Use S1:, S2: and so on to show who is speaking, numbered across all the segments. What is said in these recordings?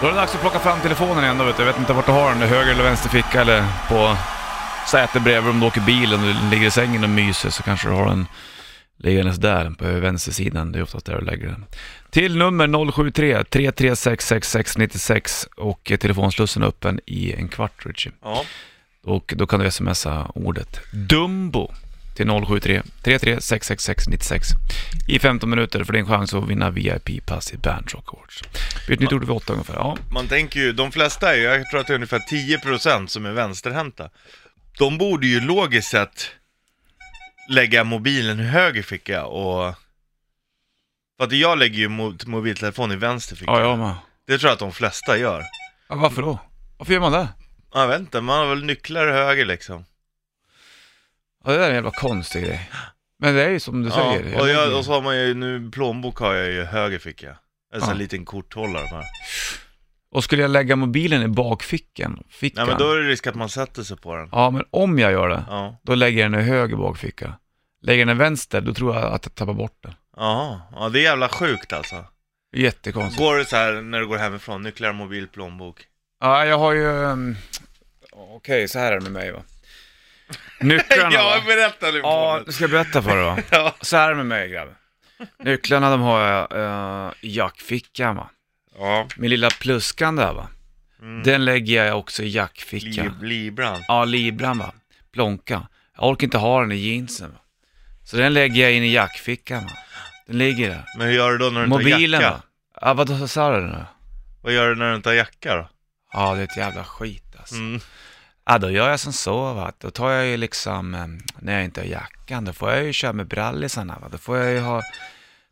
S1: Då är det dags att plocka fram telefonen igen då, vet du. Jag vet inte vart du har den. Höger eller vänster ficka eller på sätet bredvid om du åker bilen och ligger i sängen och myser så kanske du har den liggandes där på vänstersidan. Det är oftast där du lägger den. Till nummer 073 336 96 och eh, telefonslussen är öppen i en kvart Richie.
S2: Ja.
S1: Och då kan du smsa ordet Dumbo till 073 336 96 i 15 minuter för din chans att vinna VIP-pass i Bandrock Awards. Det är ett nytt ord vid åtta ungefär. Ja.
S2: Man tänker ju, de flesta är ju, jag tror att det är ungefär 10% som är vänsterhänta. De borde ju logiskt sett lägga mobilen i höger ficka och... För att jag lägger ju mo- mobiltelefonen i vänster ficka.
S1: Ja, jag med.
S2: Det tror jag att de flesta gör.
S1: Ja, varför då? Varför gör man det?
S2: Jag vet inte, man har väl nycklar i höger liksom.
S1: Ja, det där är en jävla konstig grej. Men det är ju som du säger.
S2: Ja, och, jag, och så har man ju, nu plånbok har jag ju i höger ficka. En sån här
S1: Ja.
S2: liten korthållare med.
S1: Och skulle jag lägga mobilen i bakfickan? Fickan?
S2: Nej men då är det risk att man sätter sig på den.
S1: Ja, men om jag gör det,
S2: Ja.
S1: då lägger jag den i höger bakficka. Lägger jag den i vänster, då tror jag att jag tappar bort den.
S2: Jaha, ja det är jävla sjukt alltså.
S1: Jättekonstigt.
S2: Går det så här när du går hemifrån, nycklar, mobil, plånbok?
S1: Ja, jag har ju... ehm, Okej, så här är det med mig va. Nycklarna
S2: Ja,
S1: va?
S2: berätta nu
S1: Ja,
S2: ja.
S1: nu ska jag berätta för dig va.
S2: Ja.
S1: Så här är det med mig grabben. Nycklarna de har jag eh, i jackfickan va.
S2: ja.
S1: Min lilla pluskan där va. Den lägger jag också i jackfickan.
S2: Li- Libran.
S1: Ja, libran va. Plånka. Jag orkar inte ha den i jeansen va. Så den lägger jag in i jackfickan va. Den ligger där.
S2: Men hur gör du då när du inte har
S1: Mobilen
S2: jacka?
S1: va. Ja, vad sa du nu?
S2: Vad gör du när du inte har jacka då?
S1: Ja, det är ett jävla skit alltså.
S2: Mm.
S1: Ja, då gör jag som så va. Då tar jag ju liksom, eh, när jag inte har jackan, då får jag ju köra med brallisarna va. Då får jag ju ha,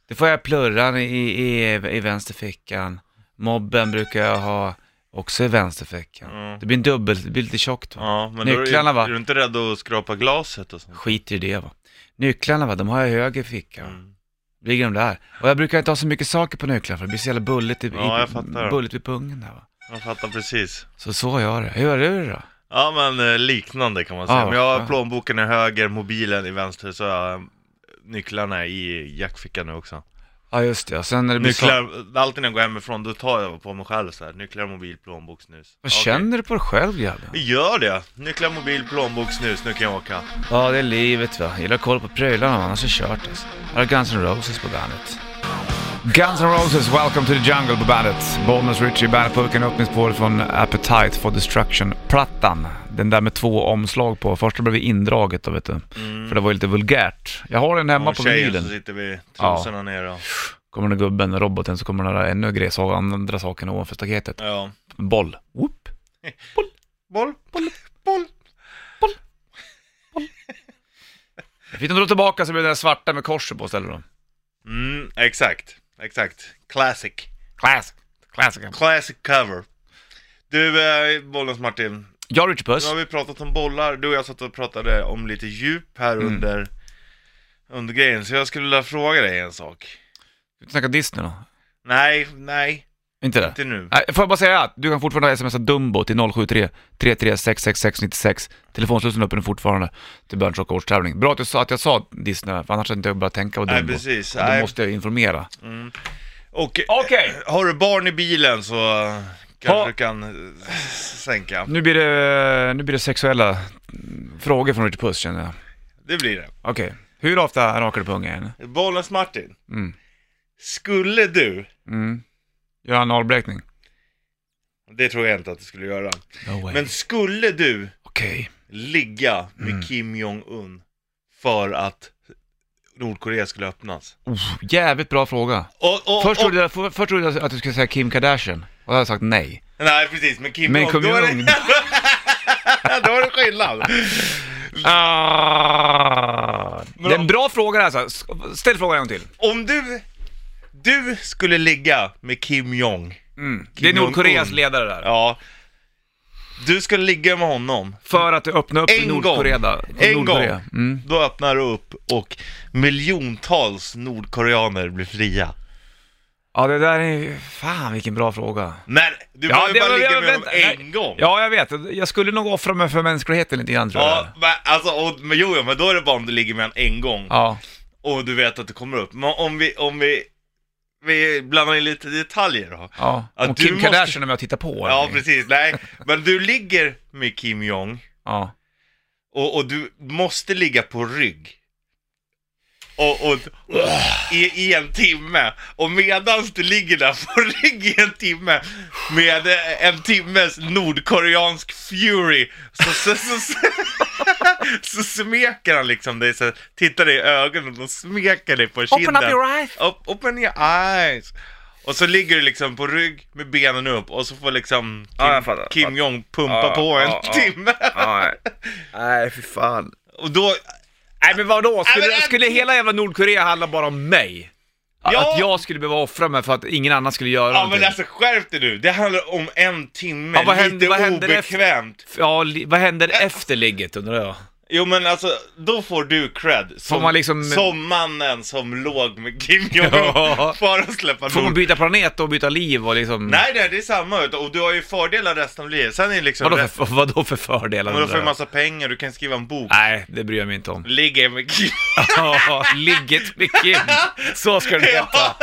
S1: då får jag plurran i, i, i vänsterfickan. Mobben brukar jag ha också i vänsterfickan.
S2: Mm.
S1: Det blir en dubbel, det blir lite tjockt va.
S2: Ja, men
S1: Nycklarna,
S2: då är,
S1: va?
S2: är du inte rädd att skrapa glaset och sånt?
S1: Skiter i det va. Nycklarna va, de har jag i höger ficka. va.
S2: Mm.
S1: Ligger de där. Och jag brukar inte ha så mycket saker på nycklarna för det blir så jävla bulligt, i,
S2: Ja,
S1: i,
S2: jag fattar.
S1: bulligt vid pungen där va.
S2: Jag fattar precis.
S1: Så så gör jag det. Hur gör du det då?
S2: Ja men eh, liknande kan man
S1: Ja,
S2: säga. men jag har
S1: ja.
S2: plånboken i höger, mobilen i vänster, så har jag eh, nycklarna i jackfickan nu också.
S1: Ja just det, och sen när det blir så...
S2: Nycklar, alltid när jag går hemifrån då tar jag på mig själv så här. nycklar, mobil, plånbok, snus.
S1: Vad
S2: Okej.
S1: känner du på dig själv grabben?
S2: Vi gör det! Nycklar, mobil, plånbok, snus, nu kan jag åka.
S1: Ja, det är livet va. Gillar koll på prylarna annars är det kört alltså. Här är Guns N' Roses på bandet. Guns N' Roses, Welcome to the Jungle på bandet. Bollnäs Richie, bandetpurken, öppningsspår från Appetite for Destruction-plattan. Den där med två omslag på. Första blev indraget då vet du. För det var ju lite vulgärt. Jag har den hemma
S2: Och
S1: på
S2: tjejen
S1: vinylen.
S2: så sitter vi trosorna nere och...
S1: Kommer den gubben, den roboten, så kommer den där ännu grej, så andra saken ovanför staketet.
S2: Ja.
S1: Boll. Whoop.
S2: Boll, boll, boll.
S1: Fick de dra tillbaka så blev det där svarta med korset på istället då.
S2: Mm, exakt. Exakt. Classic.
S1: Classic. Classic.
S2: Classic cover. Du, eh, Bollens Martin.
S1: Ja, Richie
S2: Nu
S1: Puss.
S2: har vi pratat om bollar, du och jag satt och pratade om lite djup
S1: Mm.
S2: här under, under grejen, så jag skulle vilja fråga dig en sak.
S1: Ska vi snacka Disney då?
S2: Nej, nej,
S1: Inte det?
S2: inte nu.
S1: Nej, får jag bara säga att du kan fortfarande smsa Dumbo till 073 3366696. Telefonslussen är öppen fortfarande till Berns Rock årstävling. Bra att du sa att jag sa Disney, för annars hade inte jag börjat tänka på Dumbo.
S2: Nej, precis.
S1: Då
S2: Nej.
S1: måste jag informera.
S2: Och
S1: Okej.
S2: eh, har du barn i bilen så eh, kanske
S1: Ha.
S2: du kan eh, s- sänka.
S1: Nu blir det, nu blir det sexuella mm, frågor från Richard Puss känner jag.
S2: Det blir det.
S1: Okej, hur ofta rakar du pungen?
S2: Bollens Martin,
S1: Mm.
S2: skulle du,
S1: Mm. Gör analblekning?
S2: det tror jag inte att du skulle göra,
S1: No way.
S2: men skulle du
S1: Okej.
S2: ligga med Kim Jong-Un för att Nordkorea skulle öppnas?
S1: Oh, jävligt bra fråga.
S2: Och, och,
S1: Först
S2: och,
S1: trodde, jag, för, först trodde jag att du skulle säga Kim Kardashian, och då hade jag sagt nej.
S2: Nej precis, men Kim
S1: Men
S2: Jong,
S1: Kim
S2: då, är det,
S1: Jong.
S2: då är det skillnad.
S1: Ah, det är en bra fråga alltså. S- Ställ frågan en gång till.
S2: Om du, du skulle ligga med Kim Jong,
S1: Mm. Det är
S2: Jong-un.
S1: Nordkoreas ledare där.
S2: ja, du skulle ligga med honom
S1: För att öppna upp
S2: en gång,
S1: Nordkorea.
S2: en gång,
S1: Nordkorea. Mm.
S2: då öppnar du upp och miljontals nordkoreaner blir fria.
S1: Ja, det där är Fan vilken bra fråga.
S2: Men du
S1: Ja,
S2: behöver bara
S1: var-
S2: ligga
S1: jag-
S2: med honom
S1: vänta,
S2: en
S1: nej.
S2: gång.
S1: Ja, jag vet. Jag skulle nog offra mig för mänskligheten lite grann tror jag.
S2: Ja, men, alltså, och, men jo, jo, men då är det bara om du ligger med honom en gång.
S1: Ja.
S2: och du vet att det kommer upp. Men om vi, om vi vi blandar in lite detaljer då.
S1: Ja,
S2: Att
S1: om
S2: du
S1: Kim
S2: måste-
S1: Kardashian är med och tittar på. eller
S2: Ja,
S1: någonting.
S2: precis. Nej, men du ligger med Kim Jong
S1: Ja.
S2: och, och du måste ligga på rygg. Och, och, i, I en timme. Och medans du ligger där på rygg i en timme med eh, en timmes nordkoreansk fury så, så, så, så, så smeker han liksom dig, så här, tittar dig i ögonen och smeker dig på kinden.
S1: Open up your eyes!
S2: Op- open your eyes! Och så ligger du liksom på rygg med benen upp och så får liksom Kim,
S3: Ja, jag fattar.
S2: Kim Jong pumpa
S3: Ja,
S2: på en
S3: ja, ja.
S2: timme.
S3: Ja, nej. nej, fy fan.
S2: Och då,
S1: Nej men vadå, skulle,
S2: Nej, men-
S1: skulle hela jävla Nordkorea handla bara om mig?
S2: Ja.
S1: Att jag skulle behöva offra mig för att ingen annan skulle göra
S2: ja
S1: någonting?
S2: men alltså skärp dig nu, det handlar om en timme,
S1: Ja, vad händer-
S2: lite
S1: vad händer
S2: obekvämt.
S1: Ja, li- vad händer efter ligget undrar jag?
S2: Jo men alltså, då får du cred som,
S1: man liksom-
S2: som mannen som låg med Kim Jong
S1: Ja.
S2: för att släppa
S1: Får man
S2: Nord.
S1: byta planet och byta liv och liksom...
S2: Nej nej, det är samma och du har ju fördelar resten av livet. Sen är det liksom...
S1: Vadå
S2: rest-
S1: för, vadå för fördelar?
S2: men då
S1: undrar
S2: får du
S1: jag?
S2: massa pengar, du kan skriva en bok.
S1: Nej, Ah, det bryr jag mig inte om.
S2: Ligga med Kim
S1: Ja, Ligget med Kim. Så ska du heta.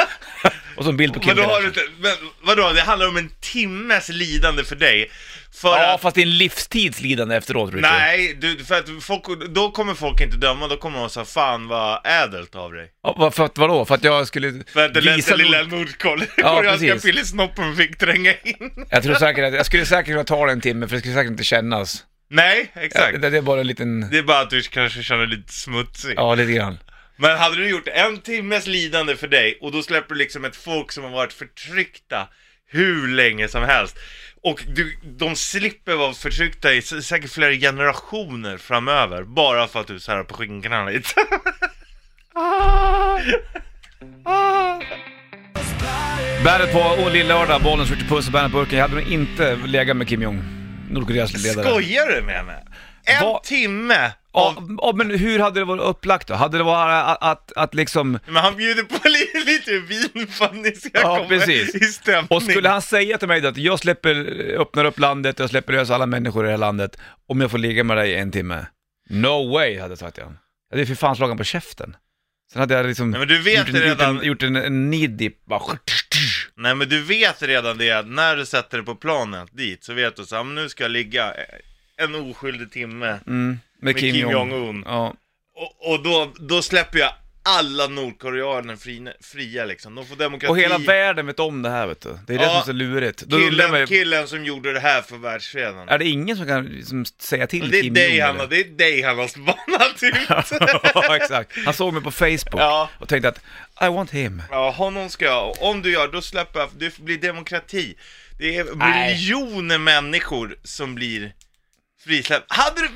S1: Och så en bild på Kim
S2: Men då har du
S1: Kardashian.
S2: inte, men vadå, det handlar om en timmes lidande för dig. För
S1: Ja,
S2: att,
S1: fast det är en livstids lidande efteråt Richard.
S2: nej, du, för att folk, då kommer folk inte döma, då kommer de säga fan vad ädelt av dig.
S1: Ja, va- för att, vadå? För att jag skulle
S2: För att den
S1: visa...
S2: lilla, lilla
S1: Lilla...
S2: nordkoreanska
S1: precis.
S2: pillesnoppen fick tränga in.
S1: Jag tror säkert att, jag skulle säkert kunna ta det en timme för det skulle säkert inte kännas.
S2: Nej,
S1: Ja,
S2: exakt.
S1: det, det är bara en liten...
S2: Det är bara att du kanske känner dig lite smutsig.
S1: Ja, lite grann.
S2: Men hade du gjort en timmes lidande för dig och då släpper du liksom ett folk som har varit förtryckta hur länge som helst. Och du, de slipper vara förtryckta i s- säkert flera generationer framöver bara för att du så här på skinkorna lite.
S1: Bandet på Åh, Lill-lördag, Bollnäs, Richard Puss och Bandet-burken. Jag hade nog inte legat med Kim Jong, Nordkoreas ledare.
S2: Skojar du med mig? En
S1: Vad-
S2: timme
S1: Ja,
S2: av...
S1: ja, men hur hade det varit upplagt då? Hade det varit att, att, att liksom...
S2: Men han bjuder på li- lite vin för att ni ska
S1: Ja,
S2: komma
S1: precis.
S2: i stämning.
S1: Och skulle han säga till mig då att jag släpper, öppnar upp landet, jag släpper lös alla människor i det här landet om jag får ligga med dig i en timme? No way, hade jag sagt till honom. Jag hade för fan slagit honom på käften. Sen hade jag liksom
S2: Nej, men du vet
S1: gjort, en,
S2: redan-
S1: gjort, en, gjort en, en knee dip, bara...
S2: Nej men du vet redan det att när du sätter dig på planet dit så vet du så här, men nu ska jag ligga eh, en oskyldig timme
S1: Mm,
S2: med Kim, Jong-Un.
S1: Ja.
S2: Och, och då, då släpper jag alla nordkoreaner fria, fria liksom. De får demokrati.
S1: Och hela världen vet om det här vet du. Det är det
S2: Ja.
S1: som är så lurigt. Då undrar
S2: killen,
S1: man ju,
S2: killen som gjorde det här för världsfreden.
S1: är det ingen som kan liksom, säga till
S2: Det är
S1: Kim
S2: dig
S1: Jong,
S2: han har,
S1: eller?
S2: det är dig han har spanat ut.
S1: ja, exakt. Han såg mig på Facebook
S2: Ja.
S1: och tänkte att I want him.
S2: ja, honom ska jag, och om du gör, då släpper jag, det blir demokrati. Det är
S1: Nej.
S2: miljoner människor som blir frisläppta. Hade du, va?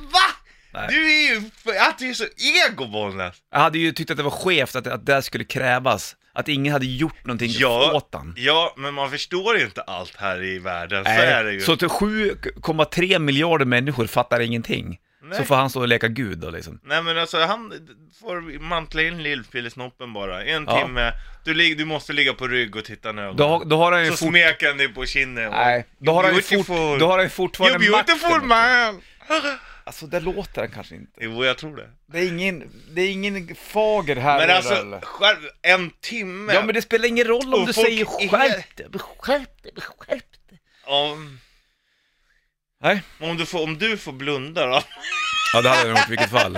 S1: Nej.
S2: Du är ju, att du är så ego Bollnäs.
S1: Jag hade ju tyckt att det var skevt att, att det här skulle krävas. Att ingen hade gjort någonting åt han.
S2: ja, men man förstår ju inte allt här i världen, så
S1: Nej.
S2: är det ju.
S1: Så till 7,3 miljarder människor fattar ingenting. Så
S2: Nej.
S1: får han stå och leka gud då liksom.
S2: Nej men alltså han får mantla in lillpillesnoppen bara, en
S1: Ja.
S2: timme, du, lig- du måste ligga på rygg och titta nu.
S1: Då, har- då har han ju
S2: så
S1: fort...
S2: smeker han dig på kinden. och-
S1: Nej, då har, han ju fort,
S2: Beautiful.
S1: då har han ju
S2: You
S1: fortfarande
S2: beautiful
S1: makten.
S2: man!
S1: Alltså, det låter han kanske inte.
S2: Jo, jag tror det.
S1: Det är ingen, det är ingen fager här
S2: Men
S1: eller-
S2: alltså, själv, en timme!
S1: Ja men det spelar ingen roll om
S2: Och
S1: du
S2: folk
S1: säger
S2: är-
S1: skärp dig, skärp dig, skärp dig.
S2: Om,
S1: Nej.
S2: om, du får, om du får blunda då?
S1: Ja det hade jag nog i vilket fall.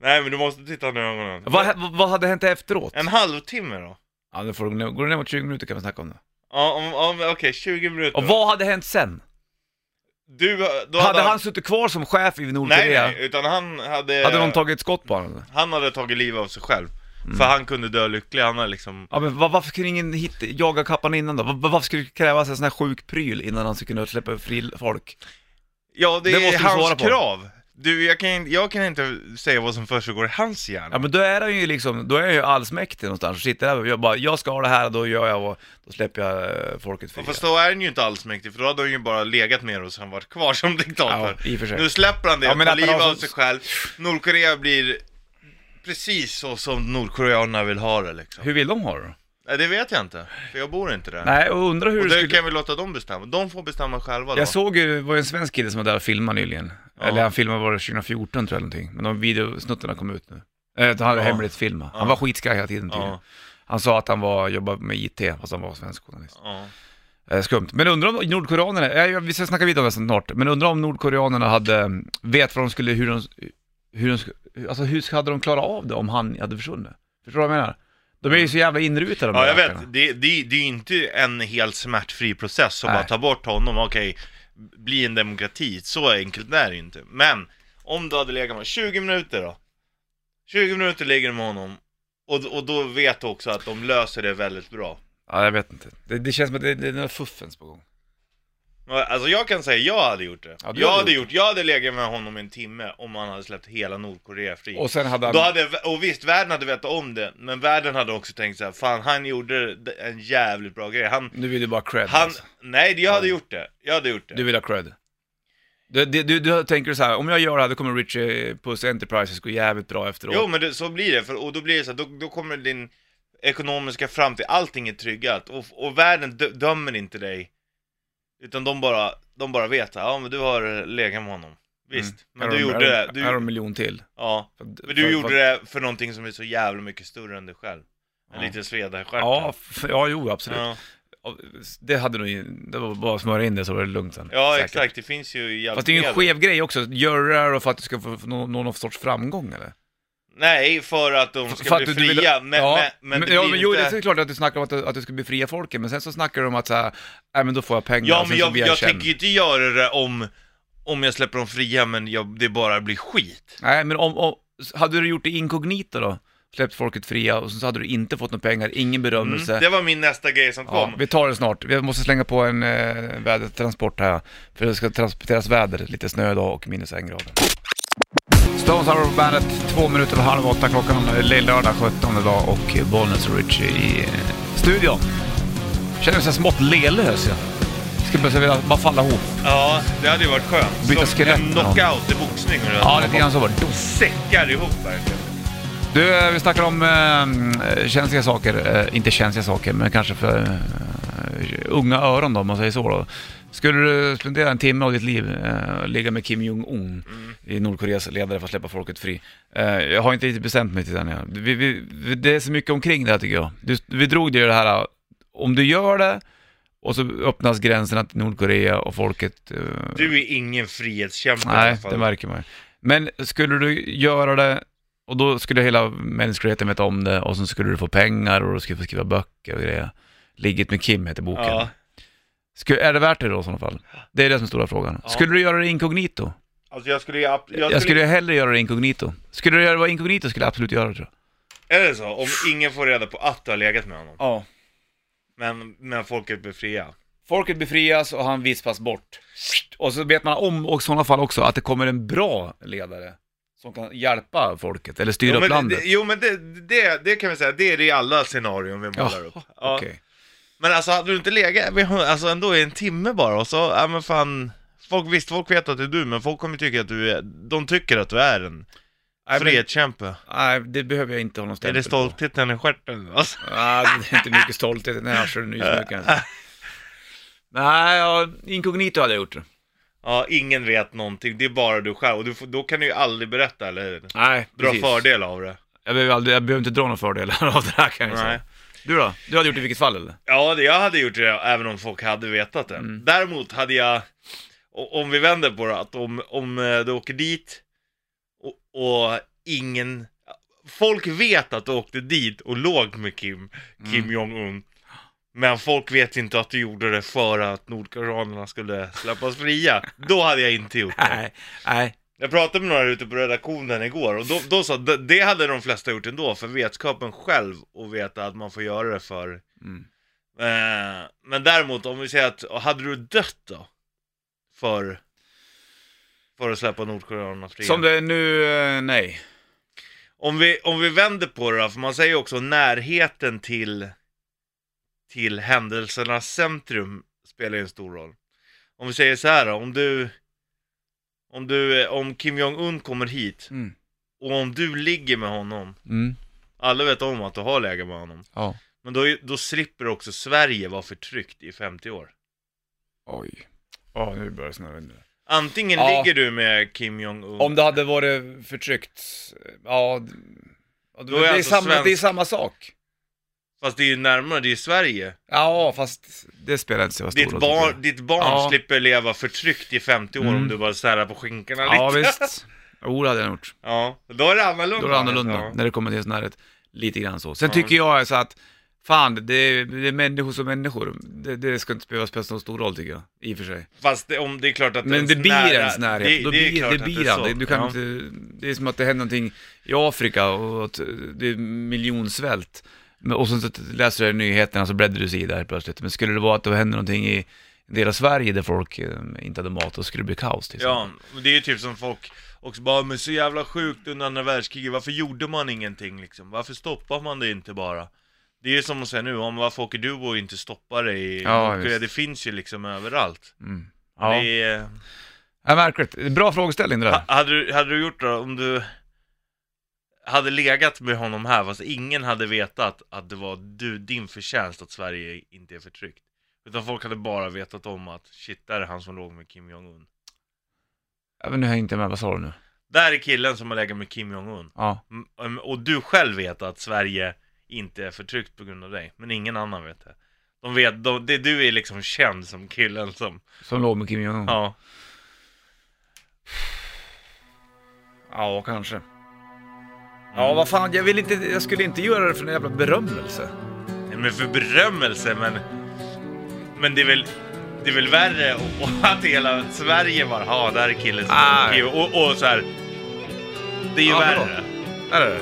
S2: Nej men du måste titta honom i ögonen.
S1: vad, vad- vad hade hänt efteråt?
S2: En halvtimme då?
S1: Ja, nu får du, går du ner mot 20 minuter kan vi snacka om det.
S2: Ja, om, om, okej, 20 minuter.
S1: Och vad hade hänt sen?
S2: Du, då
S1: Hade han suttit kvar som chef i
S2: Nej,
S1: Nordkorea?
S2: nej, eh, utan han hade...
S1: Hade någon tagit Mm. ett skott på honom? eller?
S2: Han hade tagit livet av sig själv. För han kunde dö lycklig, han hade liksom...
S1: Ja men va- varför kunde ingen hit, jaga kappan innan då? Va- va- varför skulle det krävas en sån här sjuk pryl innan han skulle kunna släppa fri folk?
S2: Ja, det,
S1: Det
S2: är
S1: måste du
S2: hans
S1: svara på.
S2: krav. Du, jag kan, jag kan inte säga vad som försiggår i hans hjärna.
S1: Ja men då är han ju liksom, då är han ju allsmäktig någonstans och sitter där och jag bara, jag ska ha det här, då gör jag och då släpper jag eh, folket fria.
S2: Fast då är han ju inte allsmäktig, för då hade han ju bara legat med oss och han varit kvar som diktator.
S1: Ja, i och för sig.
S2: Nu släpper han det,
S1: Ja,
S2: och
S1: men
S2: tar
S1: att han
S2: livet
S1: har
S2: av
S1: så-
S2: sig själv. Nordkorea blir precis så som nordkoreanerna vill ha det liksom.
S1: Hur vill de ha det då?
S2: Nej, det vet jag inte, för jag bor inte där.
S1: Nej, och undrar hur
S2: och
S1: det
S2: det
S1: skulle...
S2: kan vi låta dem bestämma. De får bestämma själva då.
S1: Jag såg ju, det var ju en svensk kille som var där och filmade nyligen. Eller han filmade var det 2014 tror jag eller någonting. Men de videosnuttarna kom ut nu. Eh, han hade
S2: Ja.
S1: hemligt filmat. Han var skitskaj hela tiden tydligen.
S2: ja.
S1: Han sa att han var, jobbade med IT, fast han var svensk journalist.
S2: Ja.
S1: Eh, skumt. Men undrar om nordkoreanerna, eh, jag- vi ska snacka vidare om det snart, men undrar om nordkoreanerna hade, eh, vet vad de skulle, hur de, hur de sk- alltså hur hade de klarat av det om han hade försvunnit? Förstår du vad jag menar? De är ju så jävla inrutade de
S2: Ja,
S1: där
S2: jag
S1: jäklarna.
S2: vet. Det, det, det är ju inte en helt smärtfri process som
S1: Nej.
S2: bara tar bort honom, okej, bli en demokrati. Så enkelt är det ju inte. Men, om du hade legat med 20 minuter då? 20 minuter ligger du med honom, och, och då vet du också att de löser det väldigt bra.
S1: Ja, jag vet inte. Det, det känns som att det, det är några fuffens på gång.
S2: Alltså jag kan säga jag hade gjort det.
S1: Ja, du
S2: jag
S1: hade
S2: hade gjort, jag hade legat med honom en timme om han hade släppt hela Nordkorea fri.
S1: Och sen hade han...
S2: Då hade, och visst, världen hade vetat om det, men världen hade också tänkt så här, fan han gjorde en jävligt bra grej. Han,
S1: Nu vill du bara ha cred.
S2: han,
S1: alltså.
S2: nej jag hade gjort det, jag hade gjort det.
S1: Du vill ha cred. Du, du, du, du tänker så här, om jag gör det här då kommer Richie Puss Enterprises gå jävligt bra efteråt.
S2: Jo men det, så blir det, för, och då blir det så här, då, då kommer din ekonomiska framtid, allting är tryggat, och, och världen dö, dömer inte dig. Utan de bara, de bara vet, ja men du har legat med honom. Visst, men du gjorde det.
S1: Mm. Här har de en
S2: Du,
S1: miljon till.
S2: ja.
S1: För-
S2: Men
S1: för-
S2: du
S1: för-
S2: gjorde det för någonting som är så jävla mycket större än dig själv. En
S1: Ja.
S2: liten svedarstjärt.
S1: Ja, f- ja, jo absolut.
S2: ja.
S1: Och Det hade nog, ju- det var bara att smörja in det så var det lugnt sen.
S2: ja
S1: säkert.
S2: exakt, det finns ju jävligt
S1: Fast det är ju en
S2: mycket.
S1: skev grej också, gör du det här för att du ska få få nå- nå någon sorts framgång eller?
S2: Nej, för att de
S1: För
S2: ska
S1: att
S2: bli
S1: du- du vill-
S2: fria, men,
S1: ja.
S2: men, men det
S1: ja,
S2: blir
S1: men jo,
S2: inte...
S1: det är såklart att du snackar om att du, att du ska befria folket, men sen så snackar du om att så här, nej men då får jag pengar
S2: Ja,
S1: och sen
S2: men
S1: så
S2: jag,
S1: blir jag,
S2: jag
S1: känd.
S2: tänker ju inte göra det om, om jag släpper dem fria, men jag, det bara blir skit.
S1: Nej, men om, om, hade du gjort det inkognito då? Släppt folket fria och så hade du inte fått några pengar, ingen
S2: Mm.
S1: berömmelse.
S2: Det var min nästa grej som
S1: Ja,
S2: kom.
S1: vi tar det snart. Vi måste slänga på en eh, vädertransport här. För det ska transporteras väder. Lite snö idag och minus en grad. Stones Hour of Bandet, två minuter över halv åtta klockan. eh, Lillördag 17 idag och Bollnäs och Richie i eh, studion. Känner mig så här smått lelös jag. Skulle bara vilja bara falla ihop.
S2: Ja, det hade ju varit skönt.
S1: Byta
S2: som
S1: skelett
S2: en
S1: med någon.
S2: knockout i boxning. och det
S1: Ja,
S2: hade
S1: lite
S2: bara
S1: grann så var det. Dos.
S2: Säckar ihop verkligen.
S1: Du, eh, vi snackar om eh, känsliga saker. Eh, inte känsliga saker, men kanske för eh, unga öron då, om man säger så. Då. Skulle du spendera en timme av ditt liv, eh, ligga med Kim Jong-Un i Nordkoreas ledare för att släppa folket fri? Eh, jag har inte riktigt bestämt mig till den. här. Vi, vi, vi, det är så mycket omkring det här tycker jag. Du, vi drog det ju det här, eh, om du gör det och så öppnas gränserna till Nordkorea och folket... eh,
S2: Du är ingen frihetskämpe i alla
S1: Nej,
S2: fall.
S1: det märker man ju. Men skulle du göra det, och då skulle hela mänskligheten veta om det, och sen skulle du få pengar och du skulle få skriva böcker och grejer. Ligget med Kim heter boken.
S2: Ja.
S1: Sku, är det värt det då i sådana fall? Det är det som är stora frågan.
S2: Ja.
S1: Skulle du göra det inkognito?
S2: Alltså jag skulle, ju ab- jag skulle...
S1: Jag skulle hellre göra det inkognito. Skulle du göra det vara inkognito skulle jag absolut göra det tror jag.
S2: Är det så? Om ingen får reda på att du har legat med honom.
S1: Ja.
S2: Men, men folket blir fria.
S1: Folket befrias och han vispas bort. Och så vet man om, och i sådana fall också, att det kommer en bra ledare som kan hjälpa folket eller styra
S2: Jo
S1: upp
S2: men,
S1: landet.
S2: det, jo, men det, det, det kan vi säga, det är det i alla scenarion vi målar upp. Ja.
S1: okej.
S2: Men alltså hade du inte legat, vi har- alltså ändå i en timme bara och så, ja men fan folk, Visst, folk vet att det är du, men folk kommer tycka att du är, de tycker att du är en
S1: men-
S2: frihetskämpe.
S1: Nej, det behöver jag inte ha någon
S2: Är
S1: stämpel
S2: det stoltheten i stjärten? Alltså.
S1: på. Nej, det är inte mycket stolthet i den här arslet nysmökaren. Nej, ja, inkognito hade jag gjort. det.
S2: Ja, ingen vet någonting, det är bara du själv, och du får, då kan du ju aldrig berätta eller hur?
S1: Nej,
S2: Dra
S1: precis.
S2: fördel av det.
S1: Jag behöver, aldrig, jag behöver inte dra några fördelar av det här kan jag
S2: Nej.
S1: säga. Du då? Du hade gjort det i vilket fall eller?
S2: Ja, det, jag hade gjort det även om folk hade vetat det. Däremot hade jag, o- om vi vänder på det, att om, om eh, du åker dit och, och ingen, folk vet att du åkte dit och låg med Kim, Kim Jong-Un. Men folk vet inte att du gjorde det för att Nordkoreanerna skulle släppas fria. Då hade jag inte gjort det.
S1: Nej, nej.
S2: Jag pratade med några ute på redaktionen igår och de, de sa att det- det hade de flesta gjort ändå för vetskapen själv och veta att man får göra det för
S1: Mm.
S2: Eh, men däremot om vi säger att, hade du dött då? För, för att släppa Nordkoreanerna fria?
S1: Som det är nu, eh, nej.
S2: Om, vi, om vi vänder på det då, för man säger ju också närheten till, till händelsernas centrum spelar ju en stor roll. Om vi säger så här då, om du, om du, eh, om Kim Jong-Un kommer hit
S1: Mm.
S2: och om du ligger med honom,
S1: Mm.
S2: alla vet om att du har legat med honom,
S1: Ja.
S2: men då, är- då slipper också Sverige vara förtryckt i 50 år.
S1: Oj. Ja, nu börjar det snurra nu.
S2: Antingen
S1: Ja.
S2: ligger du med Kim Jong-Un,
S1: Om det hade varit förtryckt, ja... d- ja,
S2: Då är
S1: det, är
S2: alltså
S1: samma,
S2: svensk-
S1: det är samma sak.
S2: Fast det är ju närmare, det är ju Sverige.
S1: Ja, fast det spelar inte så stor
S2: Ditt
S1: roll.
S2: barn, ditt barn
S1: Ja. Mm.
S2: slipper leva förtryckt i 50 år om du bara särar på skinkorna
S1: Ja,
S2: lite.
S1: visst. Jo, det hade jag nog gjort.
S2: Ja, då är det annorlunda.
S1: Då är det annorlunda,
S2: Ja.
S1: när det kommer till sån här, ett- lite grann så. Sen tycker jag så att, fan, det är, det är människor som människor. Det, det ska inte behöva spela så stor roll tycker jag, i och för sig.
S2: Fast det, om det är klart att
S1: Men
S2: ens
S1: det blir
S2: nära-
S1: ens närhet.
S2: Det,
S1: Då
S2: det, är
S1: blir,
S2: klart
S1: det
S2: att
S1: blir
S2: är så.
S1: aldrig. Du kan
S2: Ja.
S1: inte, det är som att det händer någonting i Afrika och att det är miljonsvält. Men- Och sen så läser du nyheterna så bläddrar du sidor här plötsligt. Men skulle det vara att det händer någonting i deras Sverige där folk eh, inte hade mat, då skulle det bli kaos. Liksom.
S2: Ja, men det är ju typ som folk också bara, men så jävla sjukt under andra världskriget, varför gjorde man ingenting liksom? Varför stoppar man det inte bara? Det är ju som att säga nu, om varför åker du och inte stoppar det i
S1: Ja,
S2: Nordkorea?
S1: visst.
S2: Det finns ju liksom överallt.
S1: Mm. Ja.
S2: Det är...
S1: Ja, märkligt. Bra frågeställning det där.
S2: Ha, hade, du, hade du gjort det om du hade legat med honom här, fast ingen hade vetat att det var du, din förtjänst att Sverige inte är förtryckt? Utan folk hade bara vetat om att shit, där är han som låg med Kim Jong-Un.
S1: Ja, men nu hänger jag inte med, vad sa du nu?
S2: Där är killen som har legat med Kim Jong-Un.
S1: Ja.
S2: Mm, mm, Och du själv vet att Sverige inte är förtryckt på grund av dig, men ingen annan vet det. De vet, de, det, du är liksom känd som killen som,
S1: Som låg med Kim Jong-Un?
S2: ja.
S1: Ja, kanske. Ja, vad fan, jag, vill inte, jag skulle inte göra det för en jävla berömmelse.
S2: Nej, Men för berömmelse, men... Men det är väl... Det är väl värre och, och att hela Sverige bara, ja, där är killen som
S1: Ah.
S2: är och, och så här. Det är ju
S1: Ja, bra.
S2: värre.
S1: Är det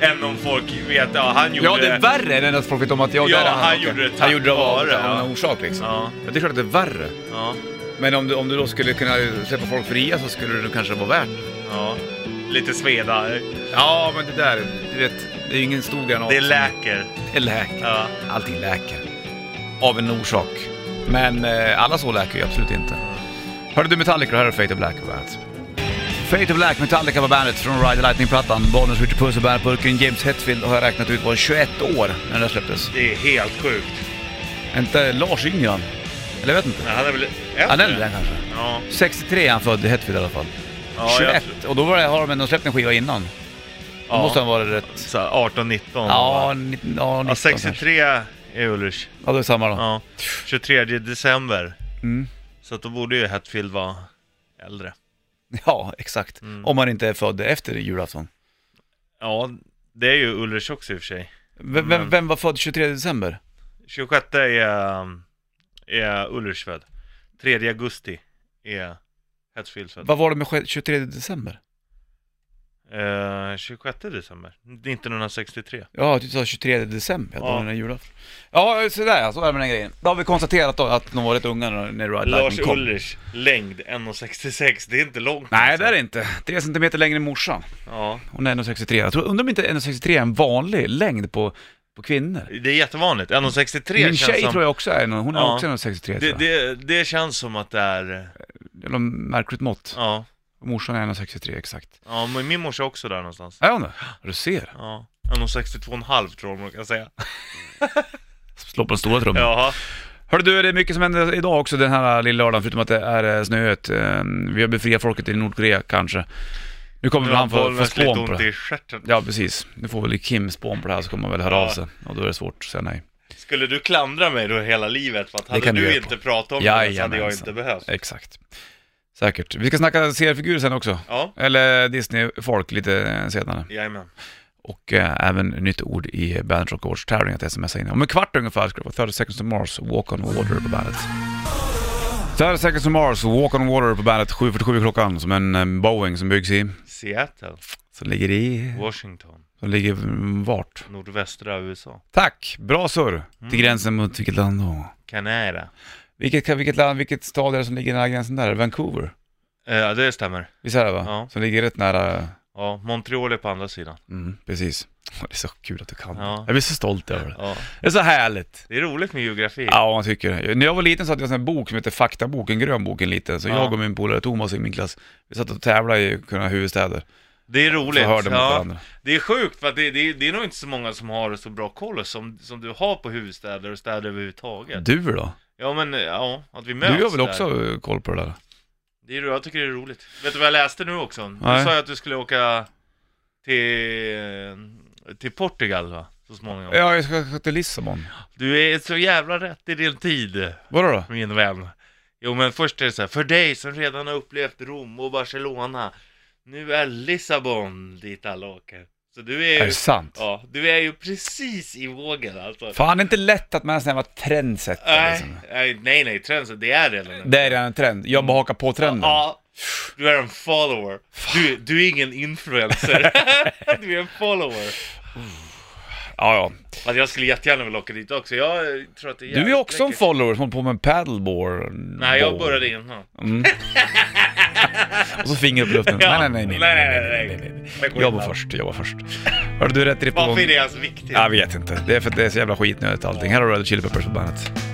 S1: det?
S2: Än om folk vet, ja, han gjorde...
S1: Ja, det är värre än att folk vet om att jag
S2: Ja,
S1: där är
S2: han
S1: okej.
S2: gjorde det
S1: Han gjorde det av
S2: tack vare,
S1: av
S2: ja.
S1: en orsak liksom.
S2: Ja,
S1: Ja, det är klart att det är värre.
S2: ja,
S1: Men om du, om du då skulle kunna släppa folk fria så skulle det kanske vara värt
S2: ja. Lite sveda.
S1: Ja, men det där, du vet, det är ju ingen stor granat.
S2: Det
S1: som-
S2: läker.
S1: Det läker.
S2: Ja.
S1: Allting läker. Av en orsak. Men eh, alla så läker ju absolut inte. Hörde du Metallica, här är Fate of Black på bandet. Fate of Black, Metallica var bandet från Ride the Lightning-plattan. Bonus, Richard Puss och bandburken James Hetfield har jag räknat ut var 21 år när den där släpptes.
S2: Det är helt sjukt.
S1: Inte Lars Yngran? Eller jag vet inte.
S2: Men Han är väl
S1: Han är äldre än kanske.
S2: Ja,
S1: 63 är han född, Hetfield i alla fall.
S2: ja,
S1: 21,
S2: jag tror-
S1: och då var det, har de ändå släppt en skiva innan. Då
S2: Ja.
S1: måste han vara rätt...
S2: Så här 18, 19.
S1: Ja, 19, ja, 19
S2: ja
S1: kanske.
S2: 63 är Ulrich.
S1: Ja, det är samma då.
S2: Ja, 23 december.
S1: Mm.
S2: Så att då borde ju Hetfield vara äldre.
S1: Ja, exakt.
S2: Mm.
S1: Om man inte är född efter julafton.
S2: Ja, det är ju Ulrich också i och för sig.
S1: V-
S2: Mm.
S1: vem, vem var född 23 december?
S2: 26 är, um, är Ulrich född. 3 augusti är Hetfield född.
S1: Vad var det med ske- 23 december?
S2: Eh, 26 december 1963.
S1: Ja, du sa 23 december, ja.
S2: Ja.
S1: då är det julafton. Ja, sådär ja, så är det med den grejen. Då har vi konstaterat då att de var rätt unga när när Ride
S2: Lars
S1: Lightning kom.
S2: Ulrich, längd 1,66. Det är inte långt.
S1: Nej,
S2: alltså.
S1: det är det inte. 3 centimeter längre än morsan.
S2: Ja,
S1: Hon är 1,63. Jag tror, undrar om inte 1,63 är en vanlig längd på, på kvinnor.
S2: det är jättevanligt. 1,63
S1: Min
S2: känns
S1: tjej
S2: som...
S1: tror jag också är, en- hon är
S2: Ja.
S1: också 1,63
S2: det,
S1: tror jag.
S2: det, det känns som att det är...
S1: Eller märkligt mått.
S2: Ja,
S1: Morsan är 1,63 exakt.
S2: ja men min morsa är också där någonstans.
S1: Är hon det? Du ser.
S2: Ja, 1,62,5 tror jag man kan säga.
S1: Slå på den stora trumman.
S2: Jaha.
S1: Hörru du, det är mycket som händer idag också den här lilla lördagen, förutom att det är eh, snöigt. Eh, Vi har befriat folket i Nordkorea kanske. Nu kommer väl han få, få
S2: Bollnäs lite
S1: spån på
S2: ont
S1: det.
S2: i stjärten.
S1: Ja, precis. Nu får väl Kim spån på det här så kommer man väl höra
S2: Ja.
S1: av sig. Och då är det svårt att säga nej.
S2: Skulle du klandra mig då hela livet? För att hade
S1: kan du
S2: du
S1: göra
S2: inte pratat om det så hade jag
S1: Jajamensan.
S2: inte behövt.
S1: Exakt. Säkert. Vi ska snacka seriefigurer sen också.
S2: Ja,
S1: Eller Disney-folk lite eh, senare.
S2: jajamän.
S1: Och eh, även nytt ord i Bandit Rock Awards tävling att smsa in. Om en kvart ungefär ska det vara 30 Seconds to Mars, Walk on Water på bandet. 30 Seconds to Mars, Walk on Water på bandet 7.47 klockan som en eh, Boeing som byggs i.
S2: Seattle,
S1: Som ligger i...
S2: Washington,
S1: Som ligger mm, vart?
S2: nordvästra USA,
S1: Tack! Bra surr!
S2: Mm.
S1: Till gränsen mot vilket land då?
S2: Canada.
S1: Vilket, vilket land, vilket stad är det som ligger nära gränsen där? Vancouver?
S2: Eh, Ja, det stämmer.
S1: Visst är det va?
S2: Ja.
S1: Som ligger rätt nära...
S2: Ja, Montreal är på andra sidan.
S1: Mm, precis. Det är så kul att du kan
S2: Ja.
S1: Jag blir så stolt över det.
S2: Ja.
S1: Det är så härligt.
S2: Det är roligt med geografi.
S1: Ja, man tycker det. När jag var liten så hade jag en sån här bok som heter Faktabok, en grön bok, en liten. Så
S2: Ja.
S1: jag och min polare Thomas i min klass, vi satt och tävlade i att kunna huvudstäder.
S2: Det är
S1: Så
S2: roligt.
S1: hörde man
S2: ja.
S1: varandra.
S2: Det är sjukt för att det, det, det är nog inte så många som har så bra koll som, som du har på huvudstäder och städer överhuvudtaget.
S1: Du då?
S2: Ja men ja, att vi möts
S1: Mm. Du har väl
S2: där.
S1: också eh, koll på det där?
S2: Det är, jag tycker det är roligt. Vet du vad jag läste nu också? Du
S1: Nej.
S2: sa ju att du skulle åka till, till Portugal va? Så så småningom.
S1: Ja, jag ska, ska till Lissabon.
S2: Du är så jävla rätt i din tid,
S1: Vadå då?
S2: min vän. Jo, men först är det så här, för dig som redan har upplevt Rom och Barcelona, nu är Lissabon dit alla åker. Så du är
S1: Är
S2: ju,
S1: det sant?
S2: ja, du är ju precis i vågen alltså.
S1: Fan, det är inte lätt att man ens var trendsetter
S2: Nej,
S1: liksom.
S2: nej, nej, nej, trendset, det är redan en-
S1: Det är redan en trend. Jag bara hakar på trenden.
S2: Ja, du är en follower. Du, du är ingen influencer. du är en follower.
S1: ja. ja.
S2: Alltså, jag skulle jättegärna vilja åka dit också. Jag eh, tror att det är
S1: Du är
S2: jävligt
S1: också en
S2: läckert.
S1: follower som håller på med paddleboard.
S2: Nej, jag började innan.
S1: Och så fingret upp i luften.
S2: Ja.
S1: Nej, nej, nej, nej, nej, nej, nej, nej, nej.
S2: Det går
S1: Jobba
S2: inte.
S1: först, jobba först. Hörru du, rätt i på
S2: Varför är det ens viktigt?
S1: Jag vet inte. Det är för att det är så jävla skitnödigt allting. Här har du Red Chili Peppers på bandet.